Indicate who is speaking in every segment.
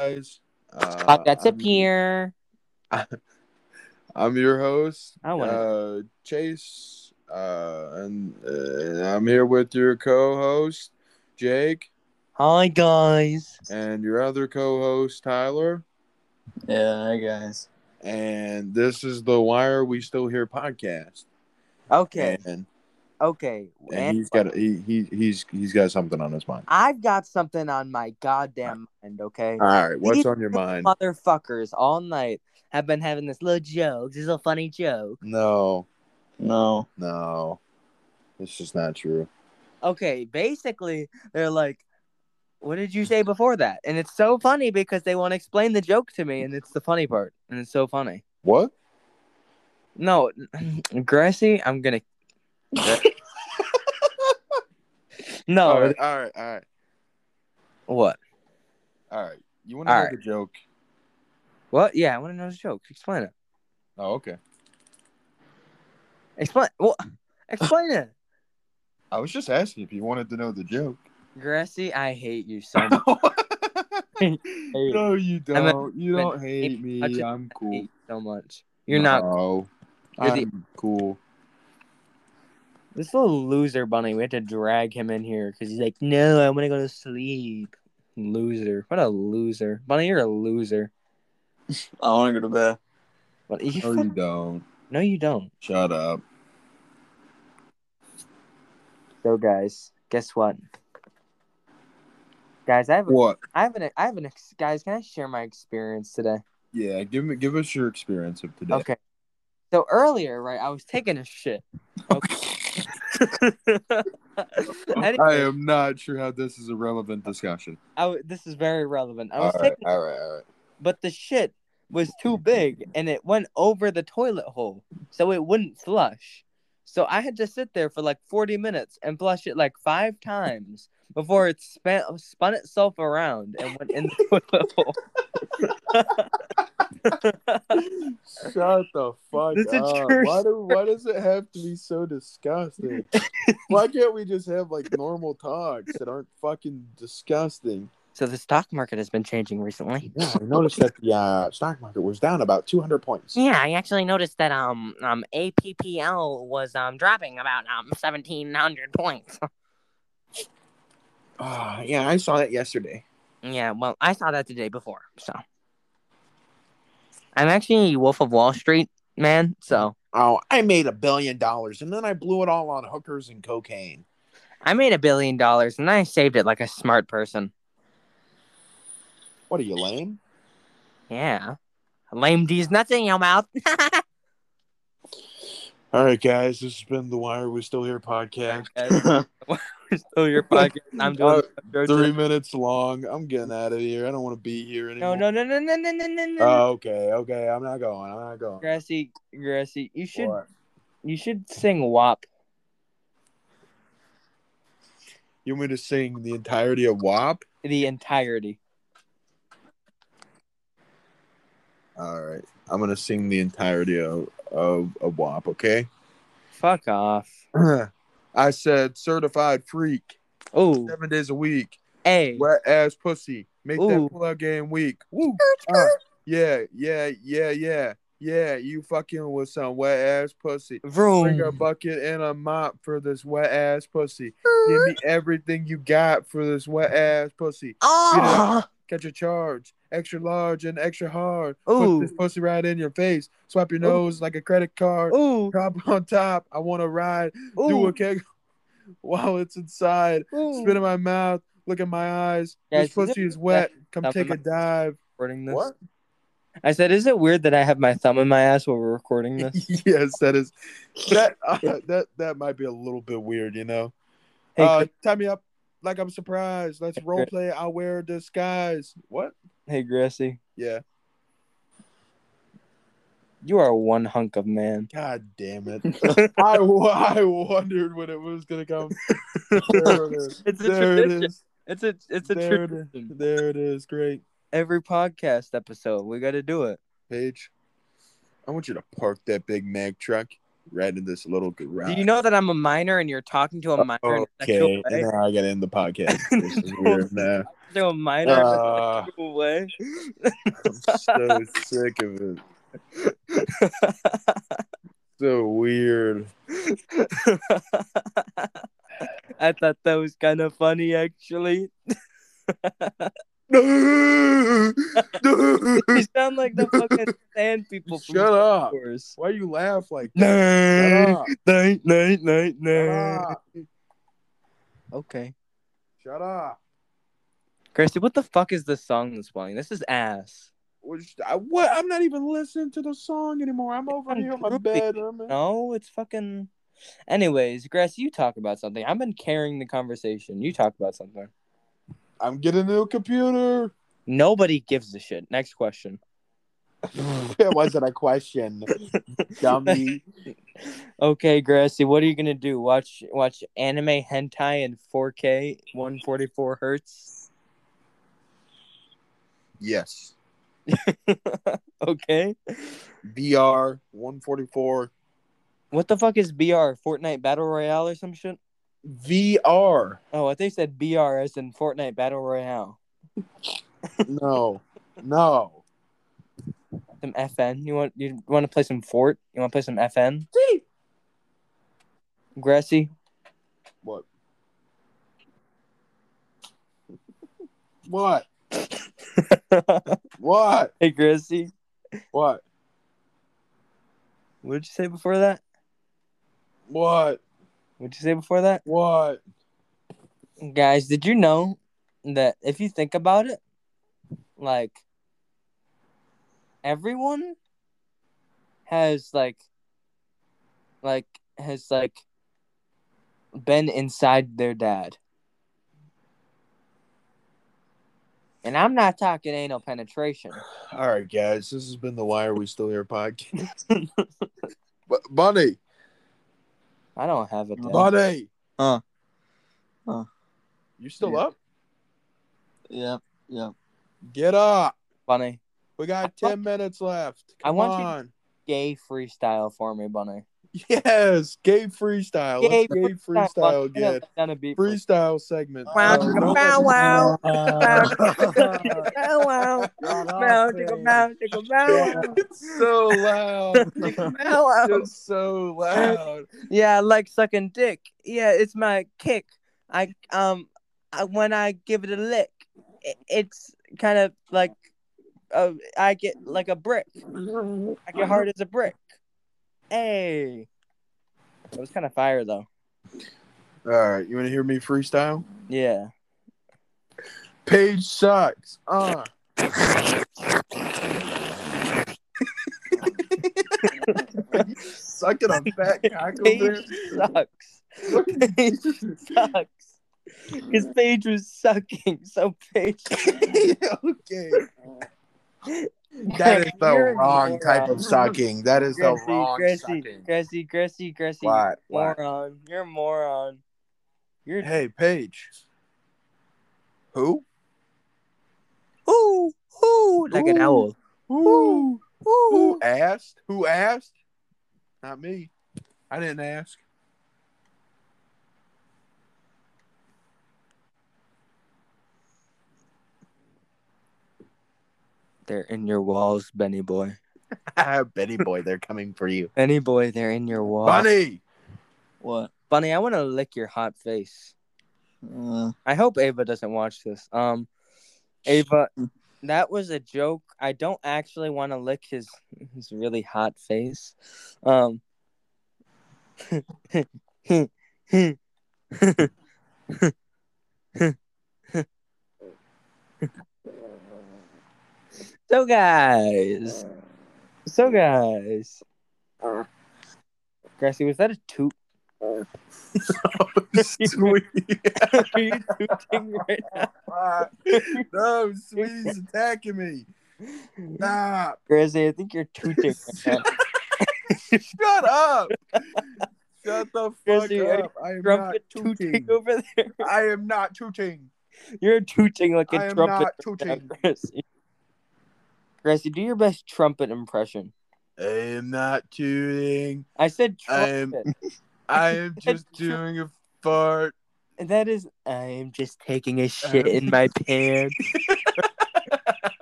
Speaker 1: guys. Uh,
Speaker 2: Pop, that's a
Speaker 1: I'm-
Speaker 2: peer.
Speaker 1: I'm your host,
Speaker 2: I wanna-
Speaker 1: uh, Chase, uh, and, uh, and I'm here with your co-host Jake
Speaker 2: Hi guys.
Speaker 1: and your other co-host Tyler.
Speaker 3: Yeah, hi guys.
Speaker 1: And this is the Why Are We Still Here podcast.
Speaker 2: Okay.
Speaker 1: And,
Speaker 2: Okay.
Speaker 1: and
Speaker 2: And
Speaker 1: he's got he, he he's he's got something on his mind.
Speaker 2: I've got something on my goddamn mind. Okay.
Speaker 1: All right, what's
Speaker 2: These
Speaker 1: Uh, on your mind?
Speaker 2: Motherfuckers all night have been having this little joke. This little funny joke.
Speaker 1: No,
Speaker 3: No.
Speaker 1: no, this is not true.
Speaker 2: Okay. Basically, they're like, "What did you say before that?" And it's so funny because they want to explain the joke to me, and it's the funny part, and it's so funny.
Speaker 1: What?
Speaker 2: No, Grassy, I'm gonna. no,
Speaker 1: all right, all right, all right,
Speaker 2: what?
Speaker 1: all right. You want to
Speaker 2: All
Speaker 1: make
Speaker 2: right.
Speaker 1: a joke?
Speaker 2: What? Yeah, I want to know the joke. Explain it.
Speaker 1: Oh, okay.
Speaker 2: Explain. Well, explain it.
Speaker 1: I was just asking if you wanted to know the joke.
Speaker 2: Grassy, I hate you so much.
Speaker 1: no, you
Speaker 2: I'm a-
Speaker 1: don't. You don't hate me.
Speaker 2: I just-
Speaker 1: I'm
Speaker 2: I hate
Speaker 1: cool.
Speaker 2: you so much. You're not
Speaker 1: No,
Speaker 2: You're the-
Speaker 1: I'm cool.
Speaker 2: this little loser bunny. We had to drag him in here because he's like, "No, I want to go to sleep." Loser. What a loser, bunny. You're a loser.
Speaker 3: I want to go to bed.
Speaker 2: But you
Speaker 1: No, you
Speaker 2: fuck-
Speaker 1: don't.
Speaker 2: no, you don't.
Speaker 1: Shut up.
Speaker 2: So, guys, guess what? Guys, I have a
Speaker 1: What?
Speaker 2: I have an I have an ex- guys. Can I share my experience today?
Speaker 1: Yeah, give me give us your experience of today.
Speaker 2: Okay. So earlier, right, I was taking a shit. Okay. Anyway,
Speaker 1: I am not sure how this is a relevant discussion.
Speaker 2: I w- this is very relevant. I
Speaker 1: All
Speaker 2: was
Speaker 1: right,
Speaker 2: taking,
Speaker 1: all right, all right.
Speaker 2: but the shit was too big and it went over the toilet hole, so it wouldn't flush. So I had to sit there for like forty minutes and flush it like five times before it spun spun itself around and went in the toilet hole.
Speaker 1: Shut the fuck
Speaker 2: This is a
Speaker 1: up.
Speaker 2: true
Speaker 1: Why, do, why does it have to be so disgusting? why can't we just have like normal talks that aren't fucking disgusting?
Speaker 2: So the stock market has been changing recently.
Speaker 1: Yeah, I noticed that the uh, stock market was down about 200 points.
Speaker 2: Yeah, I actually noticed that um um APPL was um dropping about um seventeen hundred points.
Speaker 1: Ah, yeah, I saw that yesterday.
Speaker 2: yeah, well, I saw that the day before, so I'm actually a Wolf of Wall Street man. So
Speaker 1: Oh, I made a billion dollars and then I blew it all on hookers and cocaine.
Speaker 2: I made a billion dollars and I saved it like a smart person.
Speaker 1: What are you, lame?
Speaker 2: Yeah, lame D's nuts in your mouth.
Speaker 1: All right, guys, this has been the Why Are We Still Here podcast.
Speaker 2: Still your podcast. Oh, I'm doing
Speaker 1: Three minutes long. I'm getting out of here. I don't want to be here
Speaker 2: Mm. no,
Speaker 1: anymore.
Speaker 2: no, no, no, no, no, no, no, no.
Speaker 1: Oh, okay, okay. I'm not going. I'm not going.
Speaker 2: Grassy, Grassy, you should
Speaker 1: What?
Speaker 2: you should sing WAP.
Speaker 1: You want me to sing the entirety of WAP?
Speaker 2: the entirety.
Speaker 1: All right. I'm gonna sing the entirety of of, of WAP. Okay.
Speaker 2: Fuck off.
Speaker 1: I said certified freak,
Speaker 2: Ooh,
Speaker 1: seven days a week,
Speaker 2: hey,
Speaker 1: wet ass pussy, make
Speaker 2: Ooh.
Speaker 1: that plug game weak. Woo. Uh, yeah, yeah, yeah, yeah, yeah. You fucking with some wet ass pussy. Bring a
Speaker 2: vroom.
Speaker 1: bucket and a mop for this wet ass pussy. Give me everything you got for this wet ass pussy.
Speaker 2: Oh,
Speaker 1: catch a charge, extra large and extra hard. Put
Speaker 2: Ooh.
Speaker 1: this pussy right in your face. Swipe your
Speaker 2: Ooh.
Speaker 1: nose like a credit card.
Speaker 2: ooh,
Speaker 1: Drop on top. I want to ride. Do
Speaker 2: ooh,
Speaker 1: a keg while it's inside. Spit in my mouth. Look in my eyes.
Speaker 2: Guys,
Speaker 1: this pussy
Speaker 2: is it-
Speaker 1: is wet. Come
Speaker 2: Stop
Speaker 1: take
Speaker 2: in
Speaker 1: a dive.
Speaker 2: recording this. I said, is it weird that I have my thumb in my ass while we're recording this?
Speaker 1: yes, that is that uh, that that might be a little bit weird, you know.
Speaker 2: Hey,
Speaker 1: uh,
Speaker 2: Chris-
Speaker 1: tie me up like I'm surprised. Let's role play. I wear a disguise. What?
Speaker 2: hey, Grassy,
Speaker 1: Yeah.
Speaker 2: you are one hunk of man.
Speaker 1: God damn it. I, wa- I wondered when it was going to come. There it is.
Speaker 2: It's a
Speaker 1: there it
Speaker 2: tradition.
Speaker 1: is.
Speaker 2: It's a, it's
Speaker 1: There it is. There it is. Great.
Speaker 2: Every podcast episode, we got to do it.
Speaker 1: Paige, I want you to park that Big Mac truck right in this little garage.
Speaker 2: Do you know that I'm a minor and you're talking to a minor in a sexual
Speaker 1: Okay.
Speaker 2: way?
Speaker 1: Now I got to end the podcast. This is weird now.
Speaker 2: throw mine
Speaker 1: Uh,
Speaker 2: away.
Speaker 1: I'm so sick of it. so weird.
Speaker 2: I thought that was kind of funny, actually. You
Speaker 1: Shut
Speaker 2: sound like the fucking sand people from Star
Speaker 1: up.
Speaker 2: Wars.
Speaker 1: Why you laugh like Shut
Speaker 2: Night,
Speaker 1: up.
Speaker 2: night, night, night,
Speaker 1: Shut
Speaker 2: night.
Speaker 1: up.
Speaker 2: Ah, Okay.
Speaker 1: Shut up.
Speaker 2: Christy, what the fuck is this song that's playing? This is ass.
Speaker 1: Which- I- What? I'm not even listening to the song anymore. I'm over here on my bed. I'm in-
Speaker 2: No, it's fucking. Anyways, Grass, you talk about something. I've been carrying the conversation. You talk about something.
Speaker 1: I'm getting a new computer.
Speaker 2: Nobody gives a shit. Next question.
Speaker 1: it wasn't a question, dummy.
Speaker 2: Okay, Grassy, what are you gonna do? Watch watch anime hentai in 4K, 144 hertz.
Speaker 1: Yes.
Speaker 2: Okay.
Speaker 1: BR 144
Speaker 2: What the fuck is BR? Fortnite Battle Royale or some shit?
Speaker 1: VR.
Speaker 2: Oh, I think it said BR as in Fortnite Battle Royale.
Speaker 1: No, no.
Speaker 2: Some FN. You want you want to play some Fort? You want to play some FN? Grassy,
Speaker 1: What? What? What?
Speaker 2: hey Grassy,
Speaker 1: What?
Speaker 2: what did you say before that?
Speaker 1: What?
Speaker 2: What did you say before that?
Speaker 1: What?
Speaker 2: Guys, did you know that if you think about it, like everyone has like like has like been inside their dad. And I'm not talking anal penetration.
Speaker 1: All right, guys. This has been the Why Are We Still Here podcast. Bu- Bunny,
Speaker 2: I don't have it. Dad.
Speaker 1: Bunny.
Speaker 3: Huh.
Speaker 1: Uh.
Speaker 3: Huh.
Speaker 1: You still
Speaker 3: Yeah.
Speaker 1: up?
Speaker 3: Yeah.
Speaker 1: Get up.
Speaker 2: Bunny.
Speaker 1: We got
Speaker 2: I
Speaker 1: 10 minutes left.
Speaker 2: I
Speaker 1: Come
Speaker 2: want you-
Speaker 1: on.
Speaker 2: Gay freestyle for me, Bunny.
Speaker 1: Yes. Gay freestyle. Let's gay freestyle
Speaker 2: Bunny. I know
Speaker 1: again.
Speaker 2: that's gonna be-
Speaker 1: Freestyle segment.
Speaker 2: Wow,
Speaker 1: Uh,
Speaker 2: chicka,
Speaker 1: no-
Speaker 2: wow, wow.
Speaker 3: Uh,
Speaker 1: It's so loud. It's so loud.
Speaker 2: Yeah, I like sucking dick. Yeah, it's my kick. I um, I, when I give it a lick, it, it's kind of like, uh, I get like a brick. I get hard as a brick. Hey, that was kind of fire though.
Speaker 1: All right, you want to hear me freestyle?
Speaker 2: Yeah.
Speaker 1: Page sucks. Uh. Sucking a fat cock over
Speaker 2: Page sucks. Page sucks. Because Paige was sucking, so Paige.
Speaker 1: there. okay. That is the wrong type of sucking. That is the wrong
Speaker 2: Gracie,
Speaker 1: sucking.
Speaker 2: Gracie, Gracie, Gracie.
Speaker 1: What? What?
Speaker 2: Moron. You're a moron. You're
Speaker 1: Hey, Paige. Who?
Speaker 2: ooh, ooh, like an
Speaker 1: Ooh.
Speaker 2: owl.
Speaker 1: Who? Who
Speaker 2: Ooh.
Speaker 1: asked? Who asked? Not me. I didn't ask.
Speaker 2: They're in your walls, Benny boy.
Speaker 1: Betty boy, they're coming for you.
Speaker 2: Benny boy, they're in your walls.
Speaker 1: Bunny.
Speaker 3: What?
Speaker 2: Bunny, I want to lick your hot face.
Speaker 3: Uh,
Speaker 2: I hope Ava doesn't watch this. Um, Ava, that was a joke. I don't actually want to lick his his really hot face. Um, so guys, so guys, Gracie, was that a toot?
Speaker 1: Sweet.
Speaker 2: Are you tooting right now?
Speaker 1: no, Sweetie's attacking me. Stop.
Speaker 2: Gracie, I think you're tooting right now.
Speaker 1: Shut up. Shut the fuck
Speaker 2: Chrissy, are you
Speaker 1: up. I am not
Speaker 2: trumpet tooting.
Speaker 1: tooting.
Speaker 2: over there.
Speaker 1: I am not tooting.
Speaker 2: You're tooting like
Speaker 1: I
Speaker 2: a
Speaker 1: am
Speaker 2: trumpet.
Speaker 1: not tooting.
Speaker 2: Gracie. Gracie, do your best trumpet impression.
Speaker 1: I am not tooting.
Speaker 2: I said
Speaker 1: I am-
Speaker 2: trumpet.
Speaker 1: I am just doing a fart
Speaker 2: That is, I'm just taking a shit in my pants.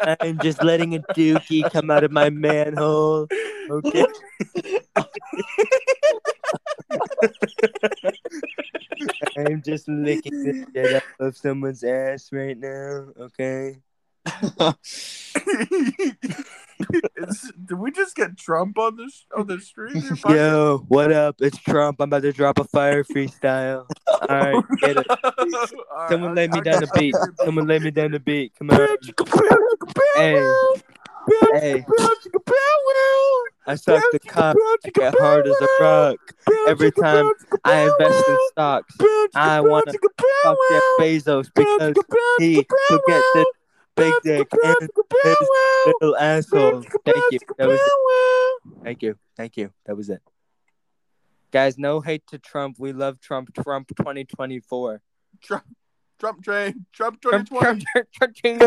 Speaker 2: I'm just letting a dookie come out of my manhole. Okay. I'm just licking the shit up of someone's ass right now. Okay.
Speaker 1: Is- did we just get Trump on the sh- on the stream? here, Mike?
Speaker 2: Yo, what up? It's Trump. I'm about to drop a fire freestyle. All right, get it.
Speaker 1: All right,
Speaker 2: Someone
Speaker 1: I-
Speaker 2: lay me
Speaker 1: I
Speaker 2: down
Speaker 1: got
Speaker 2: the beat.
Speaker 1: you.
Speaker 2: Someone lay me down the beat. Come on. Hey, hey, I suck the cock. I get hard as a rock. Every time I invest in stocks, I wanna fuck Jeff Bezos because he could get this big dick and this little asshole. Thank you. That was it. Thank you. Thank you. That was it. Guys, no hate to Trump. We love Trump. Trump 2024.
Speaker 1: Trump train, Trump
Speaker 2: Trump,
Speaker 1: 2020,
Speaker 2: Trump, Trump, Trump,
Speaker 1: Trump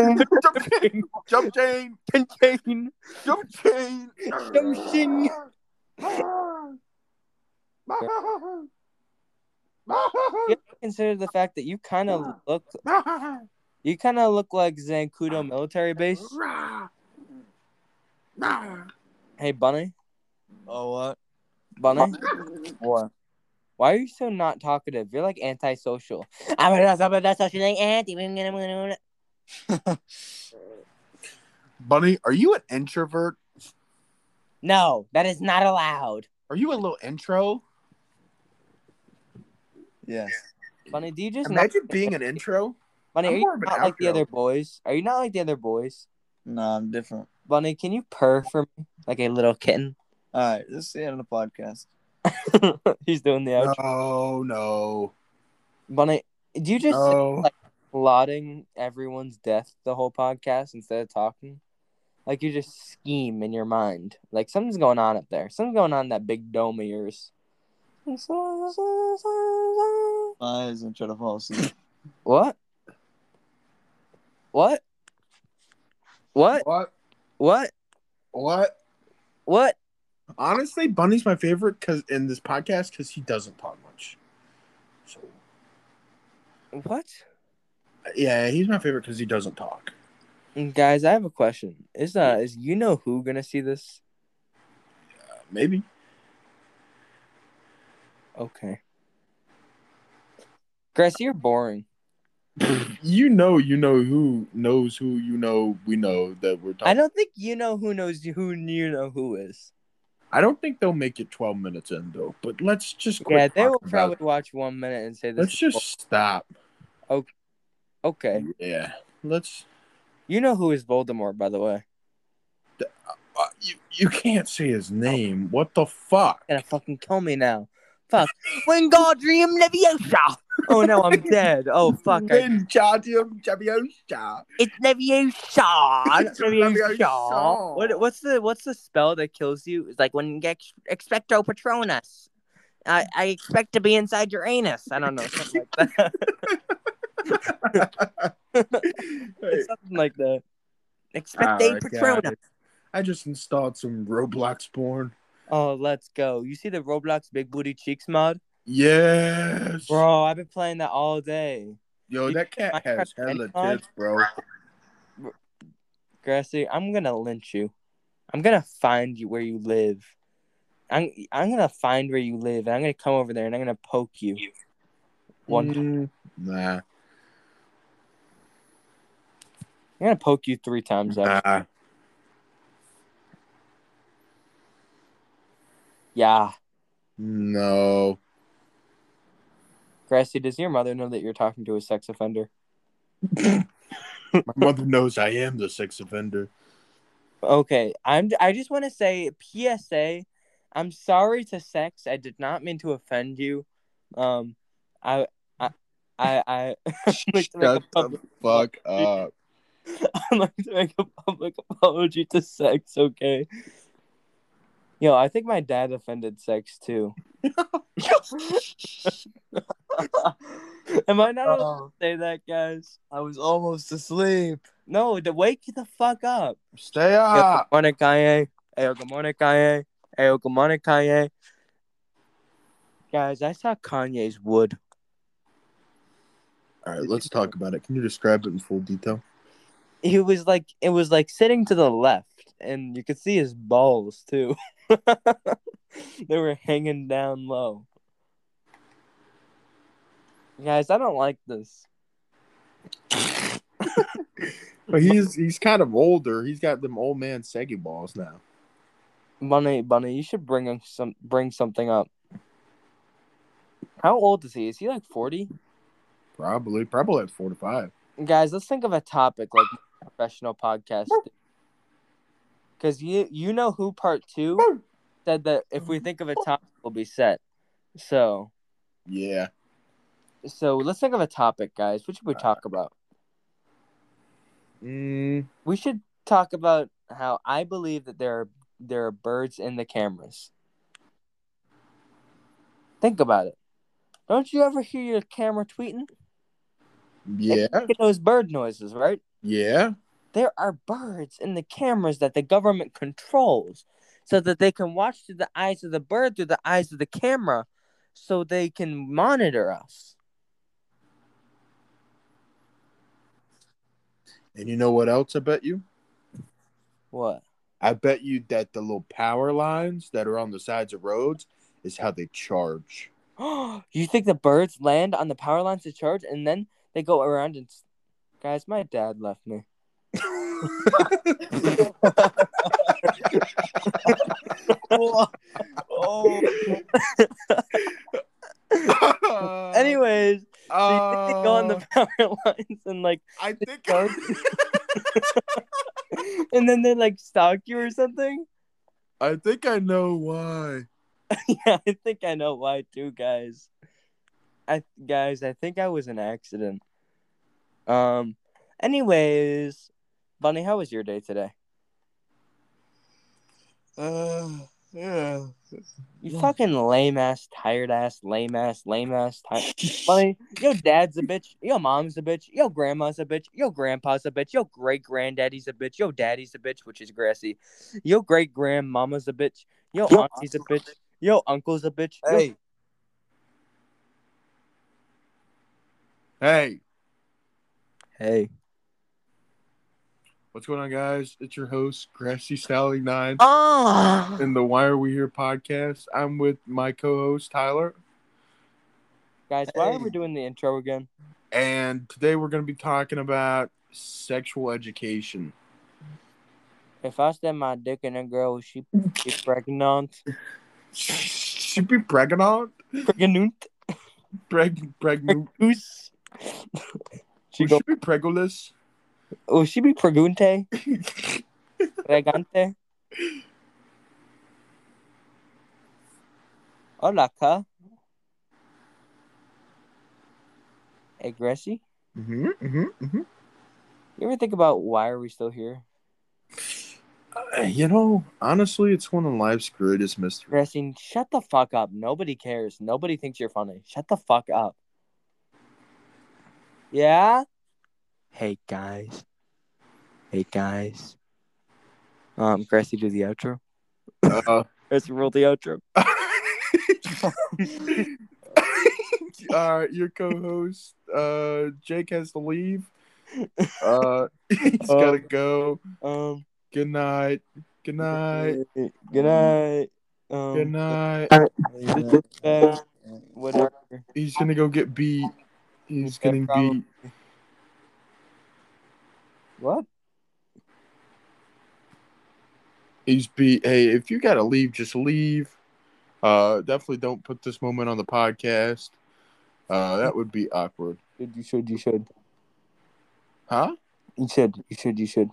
Speaker 1: train, Trump train,
Speaker 2: Trump, Trump, Trump.
Speaker 1: Jump chain.
Speaker 2: Jump chain. You have to consider the fact that you kind of look, you kind of look like Zancudo military base. Hey, Bunny,
Speaker 3: Oh what?
Speaker 2: Bunny,
Speaker 3: What?
Speaker 2: why are you so not talkative? You're like antisocial. I'm antisocial, like anti.
Speaker 1: Bunny, are you an introvert?
Speaker 2: No, that is not allowed.
Speaker 1: Are you a little intro?
Speaker 3: Yes.
Speaker 2: Bunny, do you just not,
Speaker 1: Imagine being an intro.
Speaker 2: Bunny?
Speaker 1: I'm
Speaker 2: Are
Speaker 1: more
Speaker 2: you
Speaker 1: of an
Speaker 2: not like the
Speaker 1: outro.
Speaker 2: other boys? Are you not like the other boys?
Speaker 3: No, I'm different.
Speaker 2: Bunny, can you purr for me like a little kitten?
Speaker 3: All right, this is the end of the podcast.
Speaker 2: He's doing the outro.
Speaker 1: No, no,
Speaker 2: Bunny, do you just
Speaker 1: no.
Speaker 2: lauding everyone's death the whole podcast instead of talking. Like you just scheme in your mind. Like something's going on up there. Something's going on in that big dome of yours.
Speaker 3: My eyes and try to fall asleep.
Speaker 2: What? What? What?
Speaker 1: What?
Speaker 2: What?
Speaker 1: What?
Speaker 2: What?
Speaker 1: Honestly, Bunny's my favorite because in this podcast because he doesn't talk much. So
Speaker 2: What?
Speaker 1: yeah, he's my favorite because he doesn't talk.
Speaker 2: And Guys, I have a question. Is uh is you know who gonna see this?
Speaker 1: Maybe.
Speaker 2: Okay. Grace, you're boring.
Speaker 1: you know, you know who knows who you know. We know that we're talking.
Speaker 2: I don't think you know who knows who you know who is.
Speaker 1: I don't think they'll make it 12 minutes in though. But let's just quit
Speaker 2: Yeah, they will
Speaker 1: talking about
Speaker 2: probably
Speaker 1: it.
Speaker 2: watch one minute and say this.
Speaker 1: Let's
Speaker 2: is
Speaker 1: just
Speaker 2: bull-
Speaker 1: stop.
Speaker 2: okay.
Speaker 1: Yeah, let's.
Speaker 2: You know who is Voldemort, by the way.
Speaker 1: Uh, you you can't say his name. What the fuck?
Speaker 2: You're gonna fucking kill me now. Fuck. Wingardium Leviosa. Oh no, I'm dead. Oh fuck. I,
Speaker 1: Wingardium Leviosa.
Speaker 2: it's Leviosa.
Speaker 1: It's
Speaker 2: It's Leviosa.
Speaker 1: Leviosa.
Speaker 2: What, what's the what's the spell that kills you? It's like when you get expecto patronus. I, I expect to be inside your anus. I don't know something like that.
Speaker 1: Hey,
Speaker 2: something like that. Ah,
Speaker 1: all
Speaker 2: Expecto
Speaker 1: right,
Speaker 2: patronus.
Speaker 1: got it. I just installed some Roblox porn.
Speaker 2: Oh, let's go. You see the Roblox Big Booty Cheeks mod?
Speaker 1: Yes,
Speaker 2: Bro, I've been playing that all day.
Speaker 1: Yo,
Speaker 2: You-
Speaker 1: that cat
Speaker 2: Minecraft
Speaker 1: has hella
Speaker 2: Minecraft?
Speaker 1: tits, bro.
Speaker 2: Grassy, I'm gonna lynch you. I'm gonna find you where you live. I'm I'm gonna find where you live and I'm gonna come over there and I'm gonna poke you. One time.
Speaker 1: Mm, Nah,
Speaker 2: I'm gonna poke you three times actually.
Speaker 1: nah.
Speaker 2: Yeah.
Speaker 1: No.
Speaker 2: Grassy, does your mother know that you're talking to a sex offender?
Speaker 1: My mother knows I am the sex offender.
Speaker 2: Okay. I'm I just wanna say PSA, I'm sorry to sex. I did not mean to offend you. Um I I I, I like to make
Speaker 1: Shut
Speaker 2: a
Speaker 1: the
Speaker 2: public,
Speaker 1: fuck up.
Speaker 2: I'd like to make a public apology to sex, okay? Yo, I think my dad offended sex too. Am I not allowed
Speaker 3: Oh,
Speaker 2: to say that, guys?
Speaker 3: I was almost asleep.
Speaker 2: No, to wake the fuck up.
Speaker 1: Stay
Speaker 2: Yo,
Speaker 1: up.
Speaker 2: good morning, Kanye. Ayo, good morning, Kanye. Ayo, good morning, Kanye. Guys, I saw Kanye's wood.
Speaker 1: All right, let's talk about it. Can you describe it in full detail?
Speaker 2: He was like, it was like sitting to the left, and you could see his balls too. they were hanging down low. Guys, I don't like this.
Speaker 1: But he's he's kind of older. He's got them old man Segi balls now.
Speaker 2: Bunny, Bunny, you should bring him some, bring something up. How old is he? Is he like forty?
Speaker 1: Probably, probably at four to five.
Speaker 2: Guys, let's think of a topic like professional podcast. Because you you know who part two said that if we think of a topic, we'll be set. So
Speaker 1: Yeah.
Speaker 2: so let's think of a topic, guys. What should we talk about?
Speaker 1: Mm,
Speaker 2: We should talk about how I believe that there are there are birds in the cameras. Think about it. Don't you ever hear your camera tweeting?
Speaker 1: yeah.
Speaker 2: Making those bird noises, right?
Speaker 1: Yeah.
Speaker 2: There are birds in the cameras that the government controls so that they can watch through the eyes of the bird through the eyes of the camera so they can monitor us.
Speaker 1: And you know what else I bet you?
Speaker 2: What?
Speaker 1: I bet you that the little power lines that are on the sides of roads is how they charge.
Speaker 2: you think the birds land on the power lines to charge and then they go around and s- guys my dad left me
Speaker 3: oh,
Speaker 1: anyway,
Speaker 2: anyways so you think they go on the power lines and like
Speaker 1: Uh, I think
Speaker 2: and then they like stalk you or something
Speaker 1: I think I know why.
Speaker 2: yeah i think i know why too guys i guys i think i was in an accident um anyways bunny how was your day today
Speaker 3: uh, yeah.
Speaker 2: you
Speaker 3: Yeah.
Speaker 2: fucking lame ass tired ass lame ass lame ass tired Funny, your dad's a bitch, your mom's a bitch, your grandma's a bitch, your grandpa's a bitch, your great granddaddy's a bitch, your daddy's a bitch, which is grassy, your great grandmama's a bitch, your
Speaker 3: Your
Speaker 2: auntie's a bitch, your uncle's a bitch. your-
Speaker 3: Hey,
Speaker 1: Hey,
Speaker 2: hey.
Speaker 1: what's going on, guys? It's your host, Grassy Styling Nine,
Speaker 2: Ah!
Speaker 1: in the Why Are We Here podcast. I'm with my co-host Tyler,
Speaker 2: Guys, why are
Speaker 3: Hey.
Speaker 2: we doing the intro again?
Speaker 1: and today we're going to be talking about sexual education.
Speaker 2: If I stand my dick in a girl, will she be pregnant?
Speaker 1: Should be pregnant,
Speaker 2: Pregnant?
Speaker 1: preg, pregnant.
Speaker 2: Goose?
Speaker 1: She
Speaker 2: she go,
Speaker 1: should be pregoless.
Speaker 2: will Oh, she be pregunte? Pregante? Hola, ca. Hey, Gracie,
Speaker 1: Mm-hmm, mm-hmm, mm-hmm.
Speaker 2: you ever think about why are we still here?
Speaker 1: Uh, you know, honestly, it's one of life's greatest mysteries.
Speaker 2: Gracie, shut the fuck up. Nobody cares. Nobody thinks you're funny. Shut the fuck up. Yeah? Hey, guys. Hey, guys. Um, Gracie, do the outro.
Speaker 1: Uh,
Speaker 2: Gracie, roll the outro.
Speaker 1: uh, your co-host uh, Jake has to leave. Uh, he's gotta go.
Speaker 2: Um,
Speaker 1: Good night. Good night. Mm-hmm.
Speaker 2: good night. Um,
Speaker 1: Good night.
Speaker 2: Uh, whatever.
Speaker 1: He's gonna go get beat. He's
Speaker 2: Yeah,
Speaker 1: getting
Speaker 2: probably.
Speaker 1: beat.
Speaker 2: What?
Speaker 1: He's beat. Hey, if you gotta leave, just leave. Uh, definitely don't put this moment on the podcast. Uh, that would be awkward.
Speaker 2: Should you should you should
Speaker 1: Huh?
Speaker 2: you should you should you should.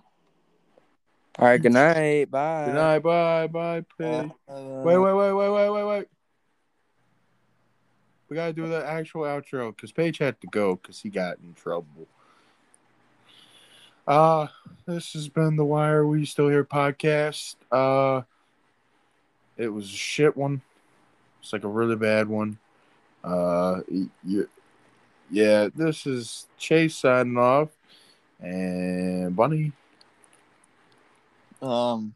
Speaker 2: All right. Good night. Bye.
Speaker 1: Good night. Bye. Bye.
Speaker 3: uh,
Speaker 1: Pig. Wait, wait, wait, wait, wait, wait, wait. We gotta do the actual outro because Paige had to go because he got in trouble. Uh this has been the Why Are We Still Here podcast. Uh it was a shit one. It's like a really bad one. Uh y- y- yeah, this is Chase signing off and Bunny.
Speaker 3: Um.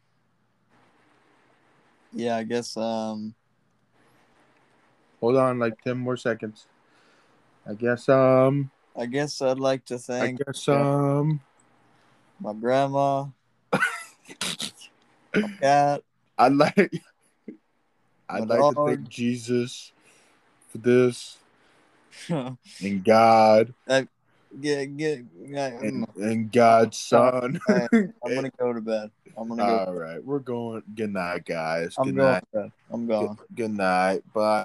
Speaker 3: Yeah, I guess. Um.
Speaker 1: Hold on, like ten more seconds. I guess um
Speaker 3: I guess I'd like to
Speaker 1: I
Speaker 3: thank
Speaker 1: guess um,
Speaker 3: my grandma, my cat,
Speaker 1: I'd like, I'd
Speaker 3: My
Speaker 1: like to
Speaker 3: dog.
Speaker 1: thank Jesus for this
Speaker 3: get,
Speaker 1: and God
Speaker 3: get,
Speaker 1: and,
Speaker 3: I'm,
Speaker 1: and God's Son.
Speaker 3: I'm gonna go to bed. I'm gonna go.
Speaker 1: All right, we're going. Good night, guys.
Speaker 3: I'm
Speaker 1: uh, Good
Speaker 3: going
Speaker 1: night.
Speaker 3: to bed. I'm going.
Speaker 1: Good, good night. Bye.